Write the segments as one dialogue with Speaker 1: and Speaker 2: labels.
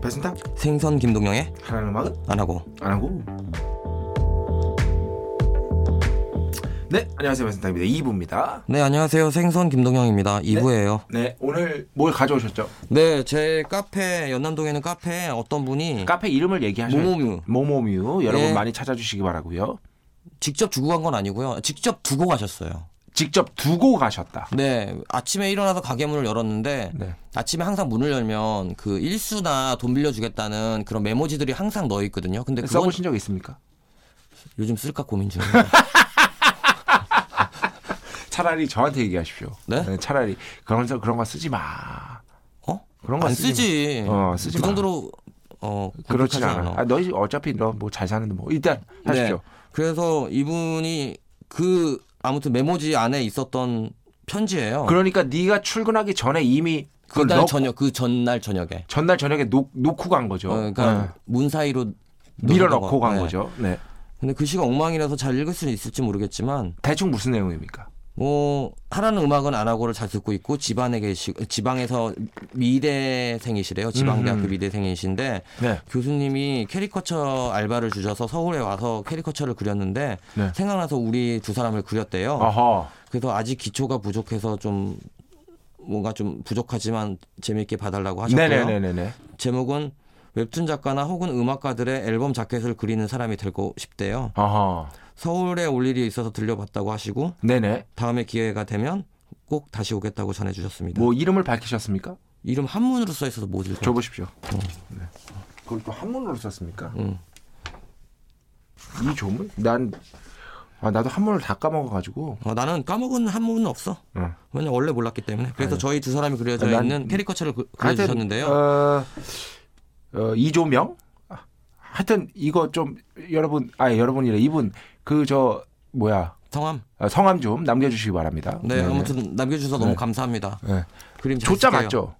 Speaker 1: 배순탁
Speaker 2: 생선 김동영의
Speaker 1: 하라는 음악은
Speaker 2: 안 하고
Speaker 1: 안 하고 네 안녕하세요 배순탁입니다 2부입니다
Speaker 2: 네 안녕하세요 생선 김동영입니다 2부예요
Speaker 1: 네 오늘 뭘 가져오셨죠?
Speaker 2: 네 제 카페 연남동에 있는 카페에 어떤 분이
Speaker 1: 카페 이름을 얘기하셔요
Speaker 2: 모모뮤
Speaker 1: 모모뮤 여러분
Speaker 2: 네.
Speaker 1: 많이 찾아주시기 바라고요
Speaker 2: 직접 주고 간 건 아니고요 직접 두고 가셨어요
Speaker 1: 직접 두고 가셨다
Speaker 2: 네 아침에 일어나서 가게 문을 열었는데
Speaker 1: 네.
Speaker 2: 아침에 항상 문을 열면 그 일수나 돈 빌려주겠다는 그런 메모지들이 항상 넣어 있거든요 근데
Speaker 1: 네,
Speaker 2: 그건
Speaker 1: 써보신 적 있습니까?
Speaker 2: 요즘 쓸까 고민 중입니다
Speaker 1: 차라리 저한테 얘기하십시오
Speaker 2: 네?
Speaker 1: 차라리 그런 거- 그런 거 쓰지 마
Speaker 2: 어?
Speaker 1: 그런 거
Speaker 2: 안
Speaker 1: 쓰지
Speaker 2: 쓰지
Speaker 1: 마. 어, 쓰지
Speaker 2: 그
Speaker 1: 마.
Speaker 2: 정도로 어
Speaker 1: 그렇진
Speaker 2: 굵직하지
Speaker 1: 않아. 아, 너희 어차피 너 뭐 잘 사는데 뭐 일단 하십시오.
Speaker 2: 네. 그래서 이분이 그 아무튼 메모지 안에 있었던 편지예요.
Speaker 1: 그러니까 네가 출근하기 전에 이미 그걸
Speaker 2: 그날
Speaker 1: 넣,
Speaker 2: 저녁 그 전날 저녁에.
Speaker 1: 전날 저녁에 놓, 놓고 간 거죠.
Speaker 2: 어, 그러니까 문 사이로
Speaker 1: 네. 밀어
Speaker 2: 넣어서
Speaker 1: 넣고 간
Speaker 2: 네.
Speaker 1: 거죠. 네.
Speaker 2: 근데 글씨가 엉망이라서 잘 읽을 수 있을지 모르겠지만
Speaker 1: 대충 무슨 내용입니까?
Speaker 2: 뭐 하라는 음악은 안 하고를 잘 듣고 있고 집안에 계시 지방에서 미대생이시래요. 지방대학교
Speaker 1: 음.
Speaker 2: 미대생이신데
Speaker 1: 네.
Speaker 2: 교수님이 캐리커처 알바를 주셔서 서울에 와서 캐리커처를 그렸는데
Speaker 1: 네.
Speaker 2: 생각나서 우리 두 사람을 그렸대요.
Speaker 1: 어허.
Speaker 2: 그래서 아직 기초가 부족해서 좀 뭔가 좀 부족하지만 재미있게 봐달라고 하셨고요.
Speaker 1: 네네네네네.
Speaker 2: 제목은 웹툰 작가나 혹은 음악가들의 앨범 자켓을 그리는 사람이 되고 싶대요.
Speaker 1: 어허.
Speaker 2: 서울에 올 일이 있어서 들려봤다고 하시고
Speaker 1: 네네.
Speaker 2: 다음에 기회가 되면 꼭 다시 오겠다고 전해주셨습니다.
Speaker 1: 뭐 이름을 밝히셨습니까?
Speaker 2: 이름 한문으로 써 있어서 못 읽어.
Speaker 1: 줘보십시오. 네. 그걸 또 한문으로 썼습니까?
Speaker 2: 응.
Speaker 1: 이 조문? 난 아, 나도 한문을 다 까먹어가지고.
Speaker 2: 어, 나는 까먹은 한문은 없어.
Speaker 1: 응.
Speaker 2: 왜냐 원래 몰랐기 때문에. 그래서 저희 두 사람이 그려져
Speaker 1: 아, 난-
Speaker 2: 있는 캐리커처를 그,
Speaker 1: 하여튼,
Speaker 2: 그려주셨는데요.
Speaker 1: 어, 어, 이조명? 아, 하여튼 이거 좀 여러분, 아 여러분이래 이분 그 저 뭐야
Speaker 2: 성함.
Speaker 1: 아, 성함 좀 남겨주시기 바랍니다.
Speaker 2: 네,
Speaker 1: 네네.
Speaker 2: 아무튼 남겨주셔서
Speaker 1: 네.
Speaker 2: 너무 감사합니다.
Speaker 1: 네.
Speaker 2: 그림 잘
Speaker 1: 조자
Speaker 2: 쓸게요.
Speaker 1: 맞죠?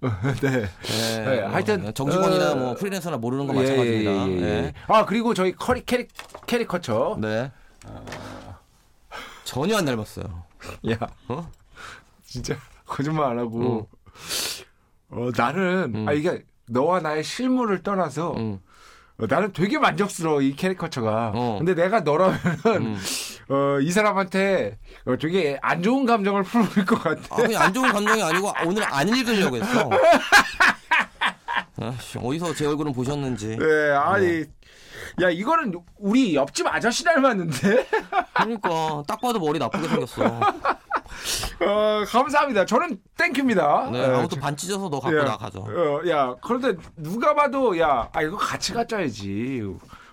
Speaker 1: 네.
Speaker 2: 네,
Speaker 1: 네,
Speaker 2: 뭐,
Speaker 1: 하여튼,
Speaker 2: 정직원이나
Speaker 1: 어,
Speaker 2: 뭐 프리랜서나 모르는 거 마찬가지입니다.
Speaker 1: 예, 예, 예, 예.
Speaker 2: 네.
Speaker 1: 아 그리고 저희 커리 캐리 캐리커처.
Speaker 2: 네. 아, 전혀 안 닮았어요.
Speaker 1: 야,
Speaker 2: 어? 음.
Speaker 1: 진짜 거짓말 안 하고. 어 나는 아 이게 너와 나의 실물을 떠나서
Speaker 2: 음.
Speaker 1: 어, 나는 되게 만족스러워 이 캐리커처가.
Speaker 2: 어. 음.
Speaker 1: 근데 내가 너라면은 어, 이 사람한테 어, 되게 안 좋은 감정을 풀릴 것 같아.
Speaker 2: 아, 그냥 안 좋은 감정이 아니고 오늘 안 읽으려고 했어. 아이씨, 어디서 제 얼굴은 보셨는지.
Speaker 1: 네, 아니. 야, 이거는 우리 옆집 아저씨 닮았는데?
Speaker 2: 그러니까 딱 봐도 머리 나쁘게 생겼어.
Speaker 1: 어, 감사합니다. 저는 땡큐입니다.
Speaker 2: 네,
Speaker 1: 예,
Speaker 2: 아무튼 반 찢어서 너 갖고
Speaker 1: 야,
Speaker 2: 나가죠.
Speaker 1: 어, 야, 그런데 누가 봐도 야, 아 이거 같이 가자야지.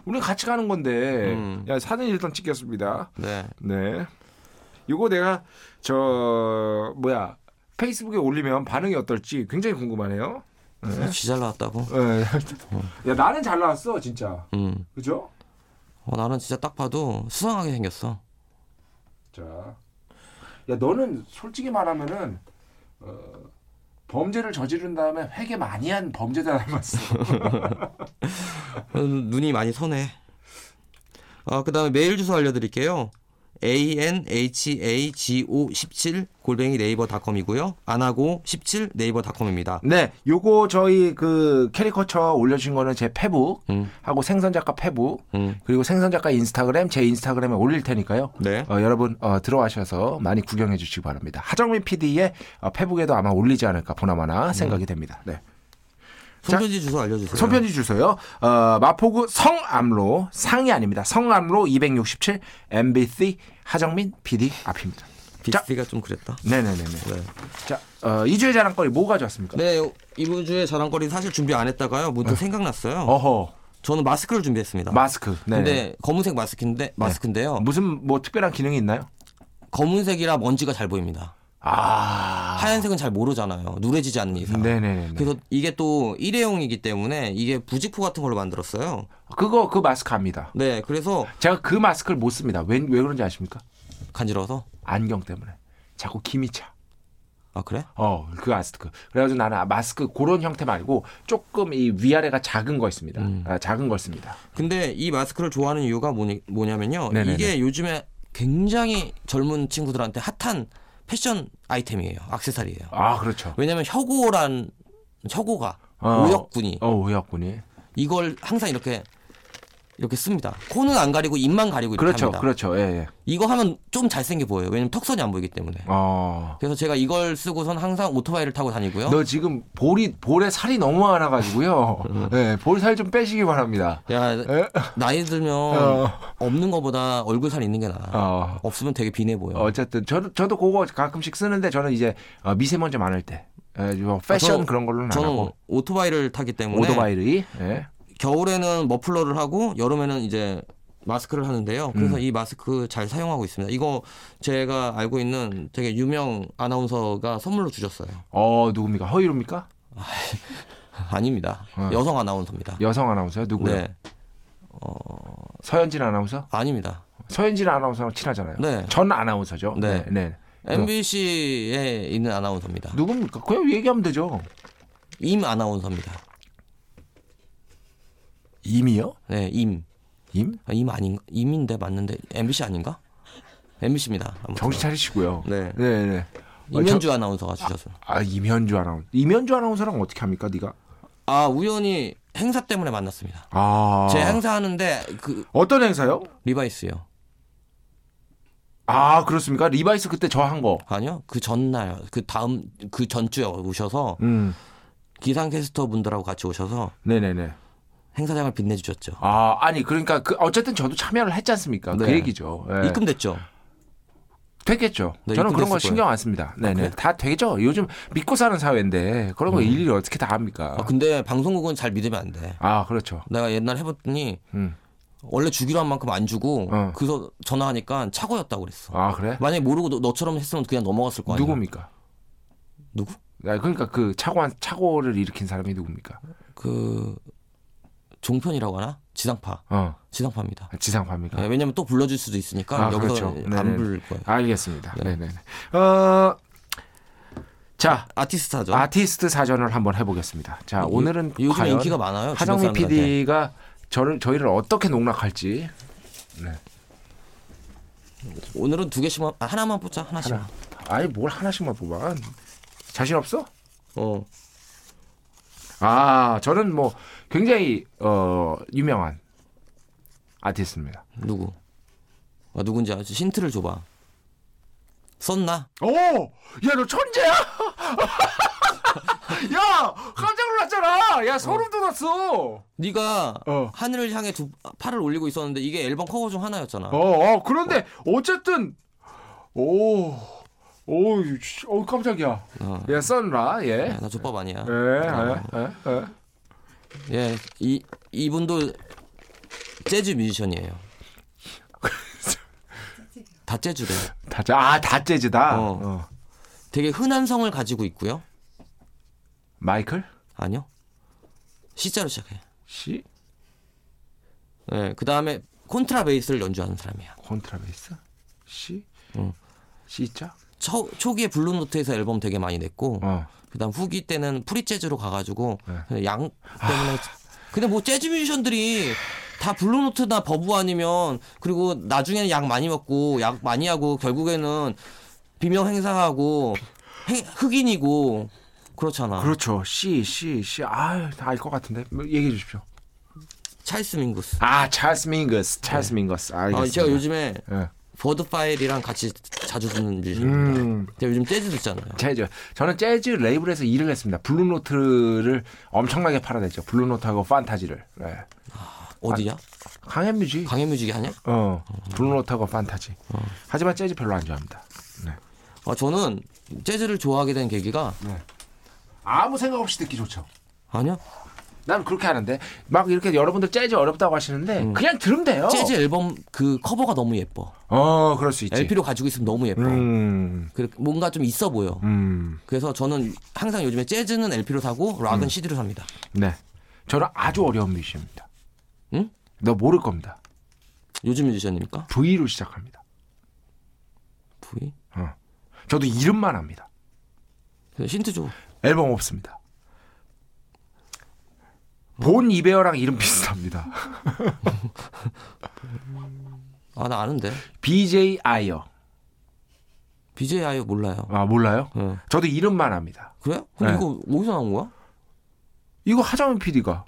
Speaker 1: 우리 같이 가는 건데.
Speaker 2: 음.
Speaker 1: 야, 사진 일단 찍겠습니다.
Speaker 2: 네.
Speaker 1: 네. 이거 내가 저 뭐야 페이스북에 올리면 반응이 어떨지 굉장히 궁금하네요.
Speaker 2: 지잘 나왔다고.
Speaker 1: 예. 야, 나는 잘 나왔어 진짜.
Speaker 2: 음.
Speaker 1: 그죠?
Speaker 2: 어, 나는 진짜 딱 봐도 수상하게 생겼어.
Speaker 1: 자, 야 너는 솔직히 말하면은 어, 범죄를 저지른 다음에 회개 많이 한 범죄자 닮았어.
Speaker 2: 어, 눈이 많이 서네. 아, 그다음에 메일 주소 알려드릴게요. a n h a g o 17 골뱅이 네이버닷컴이고요. 안하고 17 네이버닷컴입니다.
Speaker 1: 네, 요거 저희 그 캐리커처 올려주신 거는 제 페북
Speaker 2: 음.
Speaker 1: 하고 생선 작가 페북
Speaker 2: 음.
Speaker 1: 그리고 생선 작가 인스타그램 제 인스타그램에 올릴 테니까요.
Speaker 2: 네.
Speaker 1: 어, 여러분 어, 들어와셔서 많이 구경해 주시기 바랍니다. 하정민 PD의 어, 페북에도 아마 올리지 않을까 보나마나
Speaker 2: 음.
Speaker 1: 생각이 됩니다. 네.
Speaker 2: 손편지 주소 알려주세요.
Speaker 1: 손편지 주소요. 어, 마포구 성암로 상이 아닙니다. 성암로 267 MBC 하정민 PD 앞입니다. 자,
Speaker 2: 비스티가 좀 그랬다.
Speaker 1: 네네네네.
Speaker 2: 네.
Speaker 1: 자, 어, 이주의 자랑거리 뭐 가져왔습니까?
Speaker 2: 네, 이번 주에 자랑거리 사실 준비 안 했다가요. 문득 생각났어요.
Speaker 1: 어허
Speaker 2: 저는 마스크를 준비했습니다.
Speaker 1: 마스크. 네.
Speaker 2: 근데 검은색 마스크인데 마스크인데요.
Speaker 1: 무슨 뭐 특별한 기능이 있나요?
Speaker 2: 검은색이라 먼지가 잘 보입니다.
Speaker 1: 아.
Speaker 2: 하얀색은 잘 모르잖아요. 누래지지 않는 이상.
Speaker 1: 네네네.
Speaker 2: 그래서 이게 또 일회용이기 때문에 이게 부직포 같은 걸로 만들었어요.
Speaker 1: 그거 그 마스크 압니다.
Speaker 2: 네, 그래서
Speaker 1: 제가 그 마스크를 못 씁니다. 왜, 왜 그런지 아십니까?
Speaker 2: 간지러워서
Speaker 1: 안경 때문에. 자꾸 김이 차.
Speaker 2: 아 그래?
Speaker 1: 어, 그 마스크. 그래가지고 나는 아, 마스크 그런 형태 말고 조금 이 위아래가 작은 거 있습니다.
Speaker 2: 음.
Speaker 1: 아, 작은 걸 씁니다.
Speaker 2: 근데 이 마스크를 좋아하는 이유가 뭐니, 뭐냐면요.
Speaker 1: 네네네.
Speaker 2: 이게 요즘에 굉장히 젊은 친구들한테 핫한 패션 아이템이에요. 악세사리예요.
Speaker 1: 아, 그렇죠.
Speaker 2: 왜냐면 혁오란 혁오가
Speaker 1: 어.
Speaker 2: 오역군이
Speaker 1: 어, 오역군이.
Speaker 2: 이걸 항상 이렇게 이렇게 씁니다. 코는 안 가리고 입만 가리고 이렇게
Speaker 1: 그렇죠,
Speaker 2: 합니다.
Speaker 1: 그렇죠. 예, 예.
Speaker 2: 이거 하면 좀 잘생겨 보여요. 왜냐면 턱선이 안 보이기 때문에.
Speaker 1: 어.
Speaker 2: 그래서 제가 이걸 쓰고선 항상 오토바이를 타고 다니고요.
Speaker 1: 너 지금 볼이 볼에 살이 너무 많아 가지고요.
Speaker 2: 음.
Speaker 1: 예, 볼 살 좀 빼시기 바랍니다.
Speaker 2: 야
Speaker 1: 예?
Speaker 2: 나이 들면
Speaker 1: 어.
Speaker 2: 없는 것보다 얼굴 살 있는 게 나아.
Speaker 1: 어.
Speaker 2: 없으면 되게 비내 보여.
Speaker 1: 어쨌든 저도 저도 그거 가끔씩 쓰는데 저는 이제 어, 미세먼지 많을 때 예, 뭐 패션
Speaker 2: 아, 저는-
Speaker 1: 그런 걸로는 안
Speaker 2: 저는
Speaker 1: 하고
Speaker 2: 오토바이를 타기 때문에
Speaker 1: 오토바이의 예.
Speaker 2: 겨울에는 머플러를 하고 여름에는 이제 마스크를 하는데요. 그래서
Speaker 1: 음.
Speaker 2: 이 마스크 잘 사용하고 있습니다. 이거 제가 알고 있는 되게 유명 아나운서가 선물로 주셨어요.
Speaker 1: 어 누굽니까 허이루입니까?
Speaker 2: 아닙니다. 여성 아나운서입니다.
Speaker 1: 여성 아나운서요 누구요?
Speaker 2: 네,
Speaker 1: 서현진 아나운서?
Speaker 2: 아닙니다.
Speaker 1: 서현진 아나운서랑 친하잖아요.
Speaker 2: 네.
Speaker 1: 전 아나운서죠.
Speaker 2: 네.
Speaker 1: 네.
Speaker 2: MBC에 있는 아나운서입니다.
Speaker 1: 누굽니까? 그냥 얘기하면 되죠.
Speaker 2: 임 아나운서입니다.
Speaker 1: 임이요?
Speaker 2: 네, 임.
Speaker 1: 임?
Speaker 2: 아, 임 아닌 임인데 맞는데 MBC 아닌가? MBC입니다.
Speaker 1: 정신 차리시고요.
Speaker 2: 네.
Speaker 1: 네, 네.
Speaker 2: 임현주 아나운서가 주셨어요.
Speaker 1: 아 임현주 아나운서. 임현주 아나운서랑 어떻게 합니까, 네가?
Speaker 2: 아 우연히 행사 때문에 만났습니다.
Speaker 1: 아.
Speaker 2: 제 행사 하는데 그
Speaker 1: 어떤 행사요?
Speaker 2: 리바이스요.
Speaker 1: 아 그렇습니까? 리바이스 그때 저 한 거.
Speaker 2: 아니요 그 전날 그 다음 그 전주에 오셔서
Speaker 1: 음.
Speaker 2: 기상캐스터 분들하고 같이 오셔서
Speaker 1: 네네네.
Speaker 2: 행사장을 빛내주셨죠.
Speaker 1: 아 아니 그러니까 그 어쨌든 저도 참여를 했지 않습니까? 그
Speaker 2: 네.
Speaker 1: 얘기죠. 예.
Speaker 2: 입금됐죠.
Speaker 1: 됐겠죠.
Speaker 2: 네,
Speaker 1: 저는 그런 거
Speaker 2: 입금됐을 거예요. 아,
Speaker 1: 신경 안 씁니다. 네네. 다 되죠. 요즘 믿고 사는 사회인데 그런 거 일일이 어떻게 다 합니까?
Speaker 2: 음. 아, 근데 방송국은 잘 믿으면 안 돼.
Speaker 1: 아 그렇죠.
Speaker 2: 내가 옛날 해봤더니
Speaker 1: 음.
Speaker 2: 원래 주기로 한 만큼 안 주고
Speaker 1: 어.
Speaker 2: 그래서 전화하니까 착오였다고 그랬어.
Speaker 1: 아 그래?
Speaker 2: 만약에 모르고 너, 너처럼 했으면 그냥 넘어갔을 거 아니야.
Speaker 1: 누굽니까?
Speaker 2: 누구?
Speaker 1: 아, 그러니까 그 착오한 착오를 일으킨 사람이 누굽니까?
Speaker 2: 그 종편이라고 하나? 지상파.
Speaker 1: 어
Speaker 2: 지상파입니다.
Speaker 1: 지상파입니까?
Speaker 2: 네, 왜냐면 또 불러줄 수도 있으니까
Speaker 1: 아,
Speaker 2: 여기서
Speaker 1: 그렇죠. 네네.
Speaker 2: 안 부를 거예요.
Speaker 1: 알겠습니다.
Speaker 2: 네.
Speaker 1: 네네. 어. 자
Speaker 2: 아티스트죠.
Speaker 1: 아티스트 사전을 한번 해보겠습니다. 자 오늘은
Speaker 2: 요즘
Speaker 1: 과연
Speaker 2: 인기가 많아요. 주변
Speaker 1: 하정민
Speaker 2: 사람들한테.
Speaker 1: PD가 저를 저희를 어떻게 농락할지
Speaker 2: 오늘은 두 개씩만 아, 하나만 뽑자 하나씩.
Speaker 1: 하나. 아니 뭘 하나씩만 뽑아 자신 없어?
Speaker 2: 어.
Speaker 1: 아 저는 뭐 굉장히 어 유명한 아티스트입니다.
Speaker 2: 누구? 아, 누군지 알지? 힌트를 줘봐. 썼나?
Speaker 1: 오야 너 천재야? 야 깜짝 놀랐잖아. 야 소름 어. 돋았어.
Speaker 2: 네가
Speaker 1: 어.
Speaker 2: 하늘을 향해 두 팔을 올리고 있었는데 이게 앨범 커버 중 하나였잖아.
Speaker 1: 어, 어 그런데 어쨌든 오. 오, 씨, 어 깜짝이야.
Speaker 2: 어. 네.
Speaker 1: 예, 선라, 예,
Speaker 2: 야, 나 족밥 아니야.
Speaker 1: 예, 예, 예, 예.
Speaker 2: 예, 이 이분도 재즈 뮤지션이에요. 다 재즈래.
Speaker 1: 다, 재- 아, 다 재즈다.
Speaker 2: 어.
Speaker 1: 어.
Speaker 2: 되게 흔한 성을 가지고 있고요.
Speaker 1: 마이클
Speaker 2: 아니요. C자로 시작해.
Speaker 1: 씨
Speaker 2: 예, 그 다음에 콘트라베이스를 연주하는 사람이야.
Speaker 1: 콘트라베이스 씨
Speaker 2: 응.
Speaker 1: 씨자.
Speaker 2: 초, 초기에 블루노트에서 앨범 되게 많이 냈고
Speaker 1: 어. 네.
Speaker 2: 그다음 후기 때는 프리 재즈로 가가지고 그냥 양
Speaker 1: 아.
Speaker 2: 때문에 근데 뭐 재즈 뮤지션들이 다 블루노트나 버브 아니면 그리고 나중에는 약 많이 먹고 약 많이 하고 결국에는 비명 행사하고 행- 흑인이고 그렇잖아.
Speaker 1: 그렇죠. 씨 씨 씨. 아, 다 알 것 같은데. 뭐, 얘기해 주십시오.
Speaker 2: 찰스 밍구스.
Speaker 1: 아, 찰스 밍거스. 찰스 밍거스.
Speaker 2: 아,
Speaker 1: 알겠습니다.
Speaker 2: 제가 요즘에
Speaker 1: 예.
Speaker 2: 버드 파일이랑 같이 자주 듣는 뮤지션입니다.
Speaker 1: 음.
Speaker 2: 제가 요즘 재즈 듣잖아요.
Speaker 1: 재즈. 저는 재즈 레이블에서 일을 했습니다. 블루노트를 엄청나게 팔아냈죠. 블루노트하고 판타지를. 예.
Speaker 2: 어디야?
Speaker 1: 강현뮤지.
Speaker 2: 강해뮤직이 하냐?
Speaker 1: 어. 블루노트하고 판타지. 하지만 재즈 별로 안 좋아합니다. 네.
Speaker 2: 아, 저는 재즈를 좋아하게 된 계기가
Speaker 1: 아무 생각 없이 듣기 좋죠.
Speaker 2: 아니요.
Speaker 1: 난 그렇게 하는데 음. 막 이렇게 여러분들 재즈 어렵다고 하시는데 그냥 들으면 돼요.
Speaker 2: 재즈 앨범 그 커버가 너무 예뻐.
Speaker 1: 어, 그럴 수 있지.
Speaker 2: LP로 가지고 있으면 너무 예뻐.
Speaker 1: 음.
Speaker 2: 그래 뭔가 좀 있어 보여.
Speaker 1: 음.
Speaker 2: 그래서 저는 항상 요즘에 재즈는 LP로 사고 락은 CD로 삽니다.
Speaker 1: 네. 저는 아주 어려운 뮤지션입니다.
Speaker 2: 응?
Speaker 1: 너 모를 겁니다.
Speaker 2: 요즘 뮤지션입니까?
Speaker 1: V로 시작합니다.
Speaker 2: V.
Speaker 1: 저도 이름만 압니다.
Speaker 2: 힌트 줘.
Speaker 1: 앨범 없습니다. 본 이베어랑
Speaker 2: 음.
Speaker 1: 이름 비슷합니다.
Speaker 2: 아, 나 아는데.
Speaker 1: BJ 아이어.
Speaker 2: BJ 아이오 몰라요.
Speaker 1: 아 몰라요?
Speaker 2: 예.
Speaker 1: 저도 이름만 압니다.
Speaker 2: 그래? 근데
Speaker 1: 네.
Speaker 2: 이거 어디서 나온 거야?
Speaker 1: 이거 하정우 PD가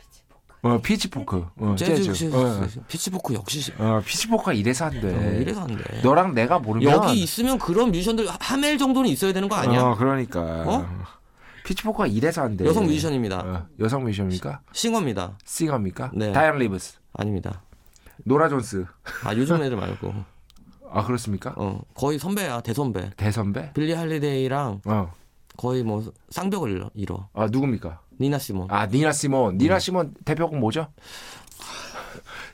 Speaker 1: 어, 피치포크, 어,
Speaker 2: 재즈,
Speaker 1: 재즈,
Speaker 2: 재즈,
Speaker 1: 어,
Speaker 2: 피치포크 역시
Speaker 1: 어, 피치포크가 이래서 한대.
Speaker 2: 어, 이래서 안 돼.
Speaker 1: 네. 너랑 내가 모르면
Speaker 2: 여기 있으면 그런 뮤지션들 하멜 정도는 있어야 되는 거 아니야?
Speaker 1: 어, 그러니까
Speaker 2: 어?
Speaker 1: 피치포크가 이래서 한대.
Speaker 2: 여성 뮤지션입니다.
Speaker 1: 어, 여성 뮤지션입니까?
Speaker 2: 싱어입니다.
Speaker 1: 싱어입니까?
Speaker 2: 네.
Speaker 1: 다이안 리브스,
Speaker 2: 아닙니다.
Speaker 1: 노라 존스.
Speaker 2: 아 요즘 애들 말고
Speaker 1: 아 그렇습니까?
Speaker 2: 어 거의 선배야 대선배.
Speaker 1: 대선배?
Speaker 2: 빌리 할리데이랑
Speaker 1: 어.
Speaker 2: 거의 뭐 쌍벽을 이뤄.
Speaker 1: 아 누굽니까?
Speaker 2: 니나 시몬.
Speaker 1: 아 니나 시몬.
Speaker 2: 음.
Speaker 1: 니나 시몬 대표곡 뭐죠?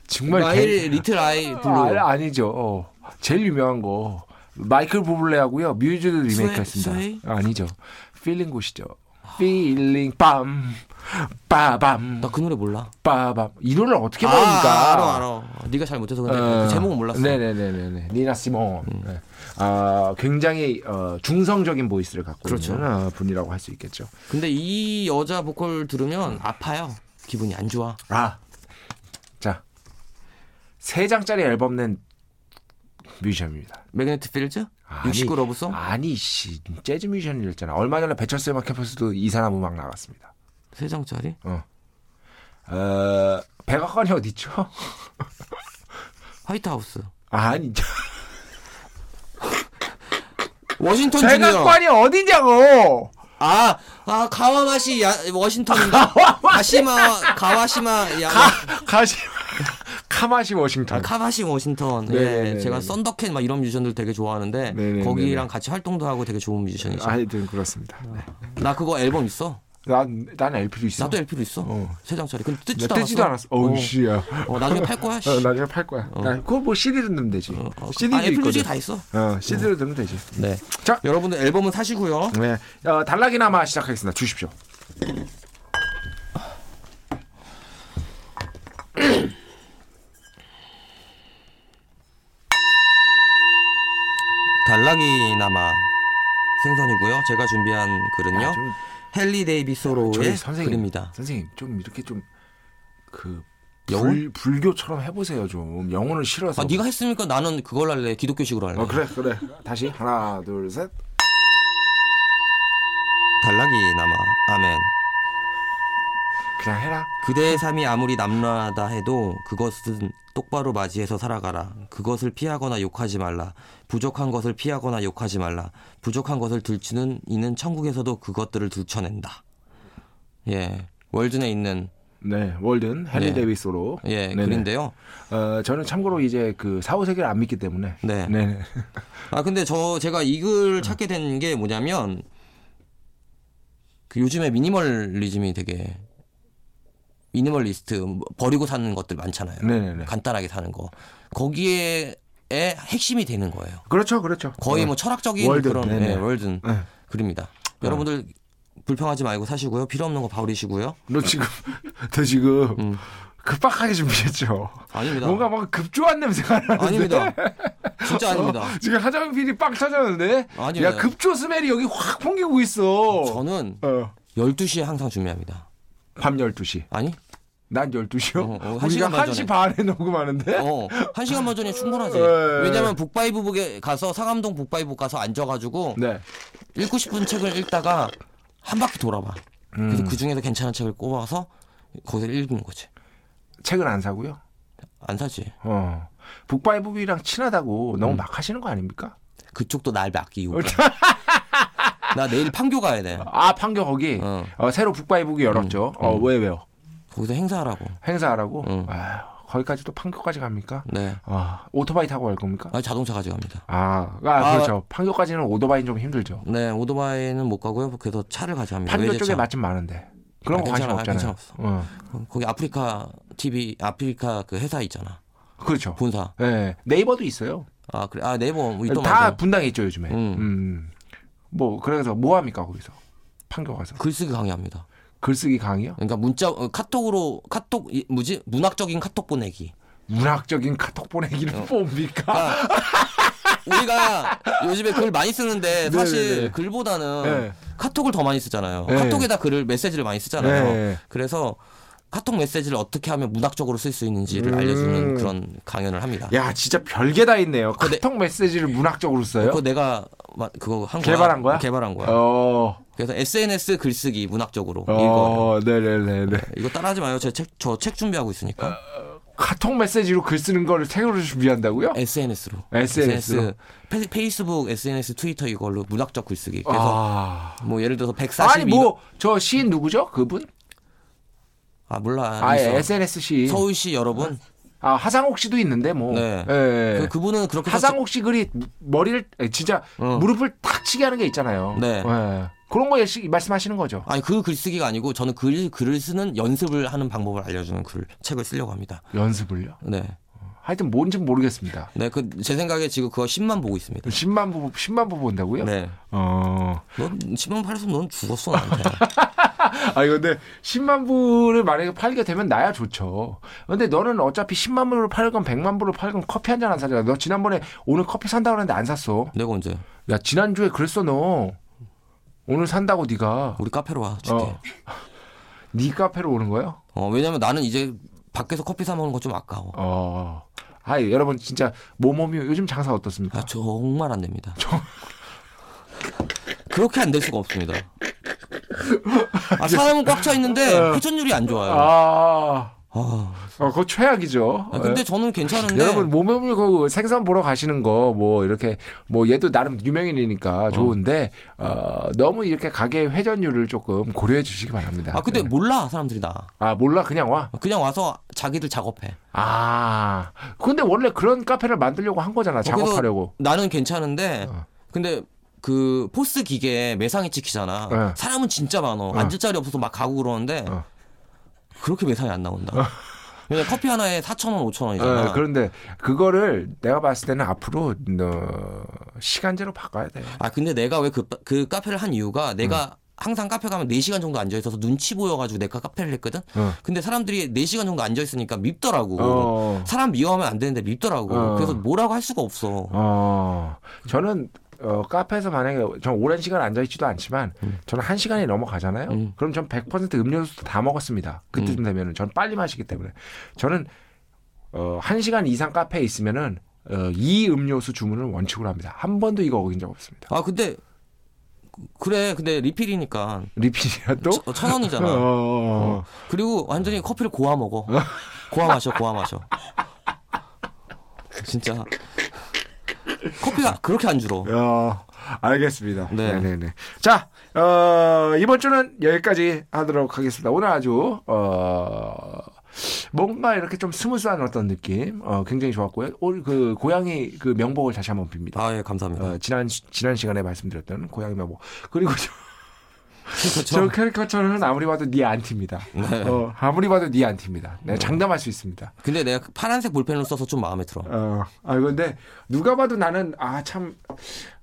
Speaker 1: 정말
Speaker 2: 마이
Speaker 1: 개...
Speaker 2: 리틀 아이 블루.
Speaker 1: 아, 아니죠. 어. 제일 유명한 거 마이클 부블레하고요. 뮤즈드
Speaker 2: 스웨이?
Speaker 1: 리메이크했습니다. 아, 아니죠. 필링 곳이죠. 필링 빰 빠밤
Speaker 2: 나 그 노래 몰라.
Speaker 1: 빠밤 이 노래를 어떻게
Speaker 2: 아,
Speaker 1: 부릅니까?
Speaker 2: 알아 알아. 네가 잘 못해서 근데 그 제목은 음. 몰랐어.
Speaker 1: 네네네네. 니나 시몬. 네. 아 굉장히 어, 중성적인 보이스를 갖고
Speaker 2: 그렇죠.
Speaker 1: 있는 어, 분이라고 할 수 있겠죠.
Speaker 2: 근데 이 여자 보컬 들으면 아파요. 기분이 안 좋아.
Speaker 1: 아, 자, 세 장짜리 앨범 낸 뮤지션입니다.
Speaker 2: 매그네틱 필즈?
Speaker 1: 아니.
Speaker 2: 69 러브송?
Speaker 1: 아니 씨, 재즈 뮤지션이랬잖아. 얼마 전에 배철수 음악 캠퍼스도 이 사람 음악 나갔습니다.
Speaker 2: 세 장짜리?
Speaker 1: 어, 백악관이 어디 있죠?
Speaker 2: 화이트하우스.
Speaker 1: 아니, 저-
Speaker 2: 워싱턴 주니어.
Speaker 1: 백악관이 어디냐고.
Speaker 2: 아, 아 가와마시 야, 워싱턴인가? 가시마 가와시마 야.
Speaker 1: 가, 가시, 카마시
Speaker 2: 아,
Speaker 1: 워싱턴.
Speaker 2: 카바시 워싱턴. 예,
Speaker 1: 음. 네네네네.
Speaker 2: 제가 썬더캣 막 이런 뮤지션들 되게 좋아하는데
Speaker 1: 네네네네. 아.
Speaker 2: 거기랑 같이 활동도 하고 되게 좋은 뮤지션이죠.
Speaker 1: 하여튼 그렇습니다. 네.
Speaker 2: 나 그거 앨범 있어.
Speaker 1: 난, 난 LP도 있어.
Speaker 2: 아. 나도 LP로 있어.
Speaker 1: 어.
Speaker 2: 세 장짜리. 근데
Speaker 1: 나
Speaker 2: 뜯지도 않았어.
Speaker 1: 뜯지도 않았어. 어우,
Speaker 2: 어.
Speaker 1: 씨야.
Speaker 2: 어, 나중에 팔 거야. 씨.
Speaker 1: 어, 나중에 팔 거야. 나 그거 뭐 CD로 넣으면 되지.
Speaker 2: 어, 어,
Speaker 1: CD도
Speaker 2: 아,
Speaker 1: 있거든.
Speaker 2: 애플뮤직 다 있어.
Speaker 1: 어, CD로 넣으면 되지.
Speaker 2: 네.
Speaker 1: 자.
Speaker 2: 여러분들 앨범은 사시고요.
Speaker 1: 네. 어, 달락이나마 시작하겠습니다. 주십시오.
Speaker 2: 달락이나마 생선이고요. 제가 준비한 글은요.
Speaker 1: 아, 좀-
Speaker 2: 헨리 데이비 소로우의
Speaker 1: 선생님,
Speaker 2: 글입니다.
Speaker 1: 선생님 좀 이렇게 좀 그
Speaker 2: 영혼?
Speaker 1: 불교처럼 해보세요 좀 영혼을 실어서.
Speaker 2: 아, 네가 했으니까 나는 그걸 할래. 기독교식으로 할래.
Speaker 1: 어, 그래 그래. 다시 하나 둘 셋.
Speaker 2: 달락이나마 아멘.
Speaker 1: 그냥 해라.
Speaker 2: 그대의 삶이 아무리 남라하다 해도 그것은 똑바로 맞이해서 살아가라. 그것을 피하거나 욕하지 말라. 부족한 것을 피하거나 욕하지 말라. 부족한 것을 들추는 이는 천국에서도 그것들을 들춰낸다. 예. 월든에 있는
Speaker 1: 네, 월든 헨리
Speaker 2: 네.
Speaker 1: 데이비스로.
Speaker 2: 예,
Speaker 1: 네네.
Speaker 2: 글인데요.
Speaker 1: 어, 저는 참고로 이제 그 사후 세계를 안 믿기 때문에.
Speaker 2: 네.
Speaker 1: 네.
Speaker 2: 아 근데 저 제가 이 글 찾게 된 게 뭐냐면 그 요즘에 미니멀리즘이 되게 미니멀리스트 뭐 버리고 사는 것들 많잖아요.
Speaker 1: 네네네.
Speaker 2: 간단하게 사는 거 거기에 의 핵심이 되는 거예요.
Speaker 1: 그렇죠, 그렇죠.
Speaker 2: 거의 뭐 철학적인
Speaker 1: 월든,
Speaker 2: 그런
Speaker 1: 네네.
Speaker 2: 예, 월든
Speaker 1: 네.
Speaker 2: 글입니다. 여러분들 불평하지 말고 사시고요. 필요 없는 거 버리시고요.
Speaker 1: 너 지금 너 지금
Speaker 2: 음.
Speaker 1: 급박하게 준비했죠.
Speaker 2: 아닙니다.
Speaker 1: 뭔가 막 급조한 냄새가 나는데.
Speaker 2: 아닙니다. 진짜 아닙니다.
Speaker 1: 지금 하정 PD 빵 찾았는데
Speaker 2: 아니에요.
Speaker 1: 야 급조 스멜이 여기 확 풍기고 있어
Speaker 2: 저는
Speaker 1: 어.
Speaker 2: 12시에 항상 준비합니다.
Speaker 1: 밤 12시
Speaker 2: 아니?
Speaker 1: 난 12시요?
Speaker 2: 어, 어, 한
Speaker 1: 우리가
Speaker 2: 시간 반
Speaker 1: 1시
Speaker 2: 전에.
Speaker 1: 반에 녹음하는데
Speaker 2: 어, 한 시간 반 전에 충분하지.
Speaker 1: 예, 예.
Speaker 2: 왜냐면 북바이브북에 가서 상암동 북바이북 가서 앉아가지고
Speaker 1: 네.
Speaker 2: 읽고 싶은 책을 읽다가 한 바퀴 돌아봐.
Speaker 1: 음.
Speaker 2: 그래서 그 중에서 괜찮은 책을 꼽아서 거기서 읽는 거지.
Speaker 1: 책은 안 사고요
Speaker 2: 안 사지.
Speaker 1: 어. 북바이브비랑 친하다고
Speaker 2: 음.
Speaker 1: 너무 막 하시는 거 아닙니까?
Speaker 2: 그쪽도 날 맡기고. 나 내일 판교 가야 돼.
Speaker 1: 아 판교 거기
Speaker 2: 어. 음,
Speaker 1: 어, 새로 북바이브기 열었죠 어, 왜 왜요?
Speaker 2: 거기서 행사하라고.
Speaker 1: 행사하라고?
Speaker 2: 음.
Speaker 1: 아휴, 거기까지 또 판교까지 갑니까?
Speaker 2: 네.
Speaker 1: 아, 오토바이 타고 갈 겁니까?
Speaker 2: 아, 자동차 가져갑니다.
Speaker 1: 아, 아,
Speaker 2: 아.
Speaker 1: 그렇죠 판교까지는 오토바이는 좀 힘들죠
Speaker 2: 네, 오토바이는 못 가고요. 그래서 차를 가져갑니다.
Speaker 1: 판교 쪽에
Speaker 2: 외제차.
Speaker 1: 맛집 많은데 그런
Speaker 2: 아,
Speaker 1: 거 관심
Speaker 2: 괜찮아,
Speaker 1: 없잖아요
Speaker 2: 괜찮아, 없어.
Speaker 1: 어.
Speaker 2: 거기 아프리카 TV, 아프리카 그 회사 있잖아.
Speaker 1: 그렇죠
Speaker 2: 본사.
Speaker 1: 네, 네이버도 있어요.
Speaker 2: 아, 그래. 아, 네이버 뭐 있더만.
Speaker 1: 다 분당에 있죠 요즘에.
Speaker 2: 음.
Speaker 1: 음. 뭐 그래서 뭐 합니까 거기서 판교 가서
Speaker 2: 글쓰기 강의합니다.
Speaker 1: 글쓰기 강의요?
Speaker 2: 그러니까 문자 어, 카톡으로 카톡 이, 뭐지 문학적인 카톡 보내기.
Speaker 1: 문학적인 카톡 보내기를 뭡니까?
Speaker 2: 우리가 요즘에 글 많이 쓰는데 사실
Speaker 1: 네네네.
Speaker 2: 글보다는
Speaker 1: 네.
Speaker 2: 카톡을 더 많이 쓰잖아요.
Speaker 1: 네.
Speaker 2: 카톡에다 글을 메시지를 많이 쓰잖아요.
Speaker 1: 네.
Speaker 2: 그래서 카톡 메시지를 어떻게 하면 문학적으로 쓸 수 있는지를
Speaker 1: 음.
Speaker 2: 알려주는 그런 강연을 합니다.
Speaker 1: 야 진짜 별게 다 있네요.
Speaker 2: 근데-
Speaker 1: 카톡 메시지를 문학적으로 써요.
Speaker 2: 그거 네. 내가 마- 그거 한 거야.
Speaker 1: 개발한 거야?
Speaker 2: 개발한 거야.
Speaker 1: 어,
Speaker 2: 그래서 SNS 글쓰기 문학적으로 이거
Speaker 1: 어, 네네네네.
Speaker 2: 이거 따라하지 마요. 저 책 저 책 준비하고 있으니까
Speaker 1: 카톡 메시지로 글 쓰는 거를 책으로 준비한다고요?
Speaker 2: SNS로
Speaker 1: SNS 로?
Speaker 2: 페이스북 SNS 트위터 이걸로 문학적 글쓰기. 그래서
Speaker 1: 아,
Speaker 2: 뭐 예를 들어서 142
Speaker 1: 아니 뭐 저 시인 누구죠? 그분?
Speaker 2: 아 몰라.
Speaker 1: 아,
Speaker 2: 있어.
Speaker 1: 예, SNS 시인.
Speaker 2: 서울시 여러분
Speaker 1: 아 하상옥 씨도 있는데 뭐.
Speaker 2: 네.
Speaker 1: 예.
Speaker 2: 그, 그분은 그렇게 해서
Speaker 1: 하상옥 씨 글이 머리를 에, 진짜
Speaker 2: 어.
Speaker 1: 무릎을 탁 치게 하는 게 있잖아요.
Speaker 2: 네.
Speaker 1: 예. 그런 거 예시- 말씀하시는 거죠.
Speaker 2: 아니 그 글쓰기가 아니고 저는 글 글을 쓰는 연습을 하는 방법을 알려주는 글 책을 쓰려고 합니다.
Speaker 1: 연습을요.
Speaker 2: 네,
Speaker 1: 하여튼 뭔지 모르겠습니다.
Speaker 2: 네 그 제 생각에 지금 그거 10만 보고 있습니다.
Speaker 1: 10만 부 10만 부 본다고요?
Speaker 2: 네,
Speaker 1: 어.
Speaker 2: 넌 10만 팔았으면 넌 죽었어 나한테.
Speaker 1: 아 근데 10만 부를 만약에 팔게 되면 나야 좋죠. 근데 너는 어차피 10만 부를 팔건 100만 부를 팔건 커피 한 잔 안 사잖아. 너 지난번에 오늘 커피 산다 그랬는데 안 샀어.
Speaker 2: 내가 언제
Speaker 1: 야 지난주에 그랬어 너. 오늘 산다고 네가.
Speaker 2: 우리 카페로 와 줄게.
Speaker 1: 어. 네 카페로 오는 거예요?
Speaker 2: 어, 왜냐면 나는 이제 밖에서 커피 사 먹는 거 좀 아까워.
Speaker 1: 어. 아 여러분 진짜 모모미 요즘 장사 어떻습니까?
Speaker 2: 아, 정말 안 됩니다. 그렇게 안 될 수가 없습니다. 아, 사람은 꽉 차 있는데 회전율이 안 좋아요.
Speaker 1: 어. 아,
Speaker 2: 아,
Speaker 1: 어, 그거 최악이죠. 예.
Speaker 2: 아, 근데 저는 괜찮은데.
Speaker 1: 여러분 모모미 그 생선 보러 가시는 거 뭐 이렇게 뭐 얘도 나름 유명인이니까 좋은데 어, 너무 이렇게 가게 회전율을 조금 고려해 주시기 바랍니다.
Speaker 2: 아, 근데
Speaker 1: 네.
Speaker 2: 몰라, 사람들이 나.
Speaker 1: 아 몰라 그냥 와.
Speaker 2: 그냥 와서 자기들 작업해.
Speaker 1: 아 근데 원래 그런 카페를 만들려고 한 거잖아. 작업하려고.
Speaker 2: 나는 괜찮은데,
Speaker 1: 어.
Speaker 2: 근데 그 포스 기계에 매상이 찍히잖아.
Speaker 1: 네.
Speaker 2: 사람은 진짜 많어. 앉을 자리 없어서 막 가고 그러는데,
Speaker 1: 어.
Speaker 2: 그렇게 매상이 안 나온다. 왜냐 커피 하나에 4,000원, 네, 5,000원이잖아.
Speaker 1: 어, 그런데 그거를 내가 봤을 때는 앞으로 어, 시간제로 바꿔야 돼.
Speaker 2: 아 근데 내가 왜 그 그 카페를 한 이유가
Speaker 1: 음.
Speaker 2: 내가 항상 카페 가면 4시간 정도 앉아 있어서 눈치 보여 가지고 내가 카페를 했거든.
Speaker 1: 어.
Speaker 2: 근데 사람들이 4시간 정도 앉아 있으니까 밉더라고.
Speaker 1: 어.
Speaker 2: 사람 미워하면 안 되는데 밉더라고.
Speaker 1: 어.
Speaker 2: 그래서 뭐라고 할 수가 없어.
Speaker 1: 어, 저는 어, 카페에서 만약에 전 오랜 시간 앉아 있지도 않지만 저는 한 시간이 넘어가잖아요.
Speaker 2: 음.
Speaker 1: 그럼 전 100% 음료수도 다 먹었습니다. 그때쯤 되면은 전 빨리 마시기 때문에 저는 어, 한 시간 이상 카페에 있으면은 어, 이 음료수 주문을 원칙으로 합니다. 한 번도 이거 어긴 적 없습니다.
Speaker 2: 아 근데 그래 근데 리필이니까
Speaker 1: 리필이야 또?
Speaker 2: 천- 천 원이잖아.
Speaker 1: 어, 어, 어.
Speaker 2: 그리고 완전히 커피를 고아 먹어. 고아 마셔, 고아 마셔. 진짜 커피가 그렇게 안 줄어.
Speaker 1: 어, 알겠습니다.
Speaker 2: 네.
Speaker 1: 네, 네, 네. 자, 어, 이번 주는 여기까지 하도록 하겠습니다. 오늘 아주 어, 뭔가 이렇게 좀 스무스한 어떤 느낌, 어, 굉장히 좋았고요. 오늘 그 고양이 그 명복을 다시 한번 빕니다.
Speaker 2: 아 예 감사합니다.
Speaker 1: 어, 지난 시- 지난 시간에 말씀드렸던 고양이 명복 그리고 저,
Speaker 2: 그래서 저-
Speaker 1: 저 캐리커처는 아무리 봐도 네 안티입니다. 어, 아무리 봐도 네 안티입니다. 네, 장담할 수 있습니다.
Speaker 2: 근데 내가 파란색 볼펜을 써서 좀 마음에 들어.
Speaker 1: 어, 아 근데 누가 봐도 나는 아 참.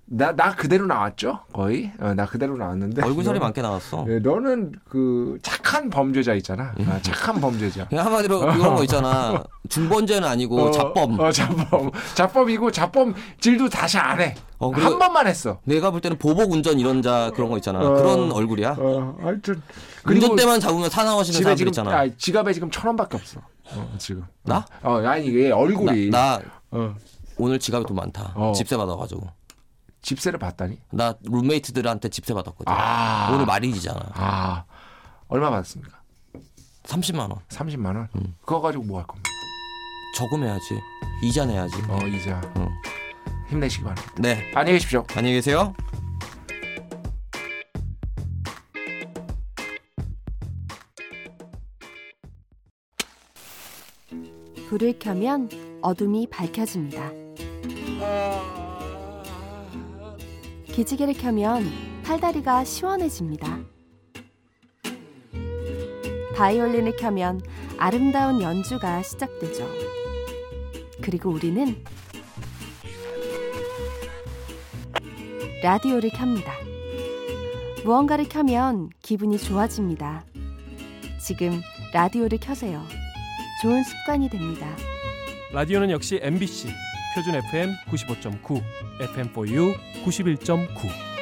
Speaker 1: 나, 나 그대로 나왔죠? 거의? 어, 나 그대로 나왔는데.
Speaker 2: 얼굴 살이 많게 나왔어. 음.
Speaker 1: 예, 너는 그 착한 범죄자 있잖아. 아, 착한 범죄자.
Speaker 2: 그냥 한마디로 그런 거 있잖아. 중범죄는 아니고
Speaker 1: 어,
Speaker 2: 자범.
Speaker 1: 어, 자범. 자범이고 자범 질도 다시 안 해.
Speaker 2: 어, 그리고-
Speaker 1: 한 번만 했어.
Speaker 2: 내가 볼 때는 보복 운전 이런 자 그런 거 있잖아.
Speaker 1: 어.
Speaker 2: 그런 얼굴이야.
Speaker 1: 어, 하여튼 그리고
Speaker 2: 운전대만 잡으면 사나워지는
Speaker 1: 집에
Speaker 2: 사람들
Speaker 1: 지금
Speaker 2: 있잖아.
Speaker 1: 아, 지갑에 지금 천 원밖에 없어. 어, 지금.
Speaker 2: 나?
Speaker 1: 어, 아니 이게 얼굴이
Speaker 2: 나, 나
Speaker 1: 어,
Speaker 2: 오늘 지갑이 돈 많다.
Speaker 1: 어.
Speaker 2: 집세 받아가지고.
Speaker 1: 집세를 봤다니.
Speaker 2: 나 룸메이트들한테 집세 받았거든.
Speaker 1: 아.
Speaker 2: 오늘 말일이잖아.
Speaker 1: 아. 얼마 받았습니까?
Speaker 2: 30만 원.
Speaker 1: 30만 원.
Speaker 2: 음.
Speaker 1: 그거 가지고 뭐 할 겁니까?
Speaker 2: 저금해야지. 이자 내야지.
Speaker 1: 어, 이자.
Speaker 2: 어.
Speaker 1: 힘내시기 바랍니다.
Speaker 2: 네.
Speaker 1: 안녕히 계십시오.
Speaker 2: 안녕히 계세요.
Speaker 3: 불을 켜면 어둠이 밝혀집니다. 기지개를 켜면 팔다리가 시원해집니다. 바이올린을 켜면 아름다운 연주가 시작되죠. 그리고 우리는 라디오를 켭니다. 무언가를 켜면 기분이 좋아집니다. 지금 라디오를 켜세요. 좋은 습관이 됩니다.
Speaker 4: 라디오는 역시 MBC 표준 FM 95.9 FM4U 91.9